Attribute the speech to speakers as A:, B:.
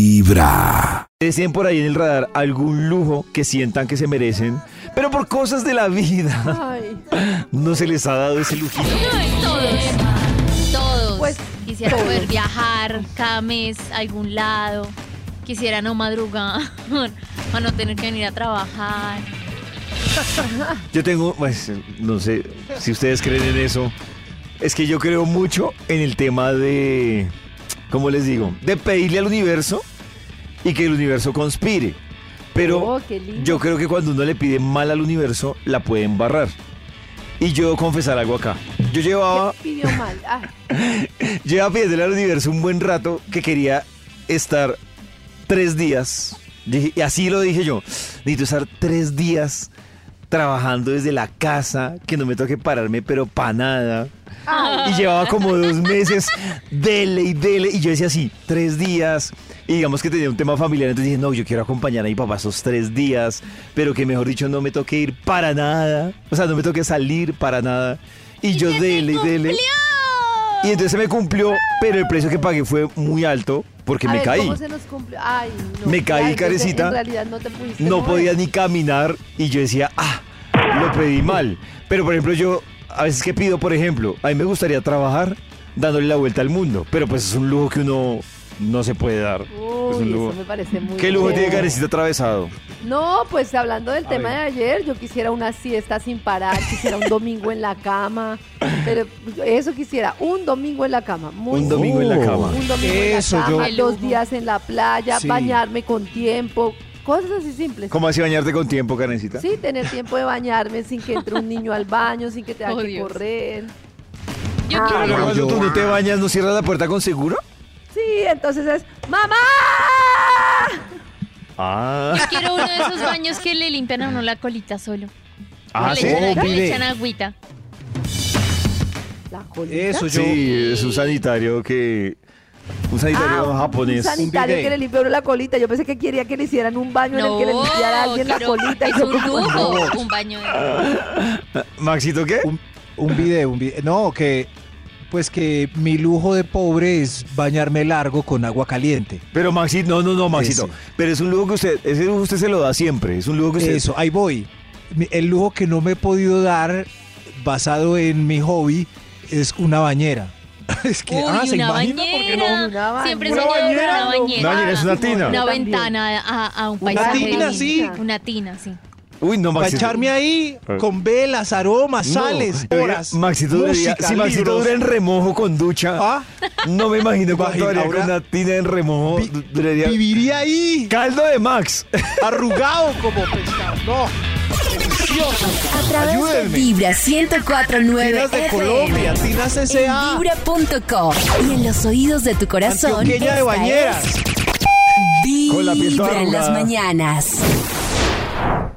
A: Vibra.
B: Decían por ahí en el radar algún lujo que sientan que se merecen, pero por cosas de la vida
C: Ay,
B: no se les ha dado ese lujito.
D: Todos. Todos.
C: Pues,
D: Quisiera poder
C: todos.
D: viajar cada mes a algún lado. Quisiera no madrugar para no tener que venir a trabajar.
B: Yo tengo, pues, no sé si ustedes creen en eso, es que yo creo mucho en el tema de, ¿cómo les digo? De pedirle al universo y que el universo conspire. Pero
C: Oh, qué lindo.
B: yo creo que cuando uno le pide mal al universo, la puede embarrar. Y yo debo confesar algo acá. Yo llevaba
C: ¿qué pidió mal? Ah,
B: Lleva pidiéndole al universo un buen rato que quería estar tres días. Dije- Y así lo dije yo. Necesito estar tres días trabajando desde la casa, que no me toque pararme, pero para nada. Y llevaba como dos meses, dele y dele. Y yo decía así, tres días. Y digamos que tenía un tema familiar, entonces dije, no, yo quiero acompañar a mi papá esos tres días, pero que mejor dicho, no me toque ir para nada. O sea, no me toque salir para nada. Y, yo dele y dele. Y entonces se me cumplió, pero el precio que pagué fue muy alto porque
C: a
B: me
C: ver,
B: caí.
C: ¿Cómo se nos cumplió? Ay, no.
B: Me caí,
C: Ay, entonces,
B: carecita.
C: En realidad no te pudiste.
B: No
C: mover.
B: podía ni caminar y yo decía, ah, lo pedí mal. Pero por ejemplo, yo a veces que pido, por ejemplo, a mí me gustaría trabajar dándole la vuelta al mundo, pero pues es un lujo que uno no se puede dar. es un
C: Uy,
B: lujo.
C: eso me parece muy
B: ¿Qué lujo
C: feo.
B: tiene Carecita atravesado?
C: No, pues hablando del tema de ayer, yo quisiera una siesta sin parar, quisiera un domingo en la cama, pero eso quisiera, un domingo en la cama, muy
B: Un domingo en la cama.
C: un domingo
A: Eso
C: en la cama,
D: yo-
C: dos días en la playa,
A: Sí.
C: bañarme con tiempo, cosas así simples.
B: ¿Cómo así bañarte con tiempo, Carecita?
C: Sí, tener tiempo de bañarme sin que entre un niño al baño, sin que tenga
D: Oh,
C: que
D: Dios.
C: correr.
D: Yo
C: Ah,
D: quiero
B: Pero
A: no,
B: cuando
A: yo-
B: tú no te bañas, ¿no cierras la puerta con seguro?
C: Sí, entonces es ¡Mamá!
B: Ah,
D: Quiero uno de esos baños que le limpian a uno la colita solo.
B: ah
D: le,
B: sí.
D: echan,
A: Oh,
D: que le
A: mire.
D: echan agüita.
C: La colita.
A: Eso yo.
B: Sí, es un sanitario que... Un sanitario
C: Ah,
B: japonés.
C: Un sanitario
A: Un bidet.
C: que le limpió la colita. Yo pensé que quería que le hicieran un baño en el que le limpiara a alguien la
D: quiero-
C: colita. y
D: es
C: yo
D: un
C: como,
D: lujo,
C: no.
D: un baño de...
B: ¿Maxito qué?
A: Un, un video, un video. No, que pues que mi lujo de pobre es bañarme largo con agua caliente.
B: Pero Maxito, no, no, no, Maxito.
A: Ese.
B: Pero es un lujo que usted, ese lujo usted se lo da siempre. Pues Es un lujo que usted.
A: Eso, ahí voy. Mi- El lujo que no me he podido dar, basado en mi hobby, es una bañera. Es que,
D: Uy,
A: ah, ¿se
D: una
A: imagina?
D: bañera.
C: Una ba-
D: Siempre he
C: una
D: soñado con
C: bañera,
D: una
C: no.
D: bañera.
B: Una bañera es una tina.
D: Una
C: Yo también.
D: ventana a, a un
A: Una
D: paisaje.
A: tina,
D: divino.
A: sí.
D: Una tina, sí.
B: Uy, no,
A: Para
B: Maxito.
A: echarme ahí
B: Eh.
A: con velas, aromas,
B: No,
A: sales,
B: yo diría,
A: horas.
B: Maxito duraría-
A: música,
B: si Maxito
A: libros.
B: dura en remojo con ducha,
A: Ah,
B: no me imagino cuánto
A: Imagina,
B: haría con
A: ahora-
B: una tina en remojo.
A: vi-
B: du- duraría-
A: viviría ahí,
B: Caldo de Max.
A: arrugado como pescado. No.
E: A través
A: Ayúdenme.
E: de Vibra 1049
A: Tinas de
E: FM.
A: Colombia, Tinas
E: En
A: S.A.
E: Vibra.com y en los oídos de tu corazón.
A: Antioqueña de
E: esta
A: bañeras.
E: es
B: Con la piel toda
E: Vibra en las
B: arrugada.
E: mañanas.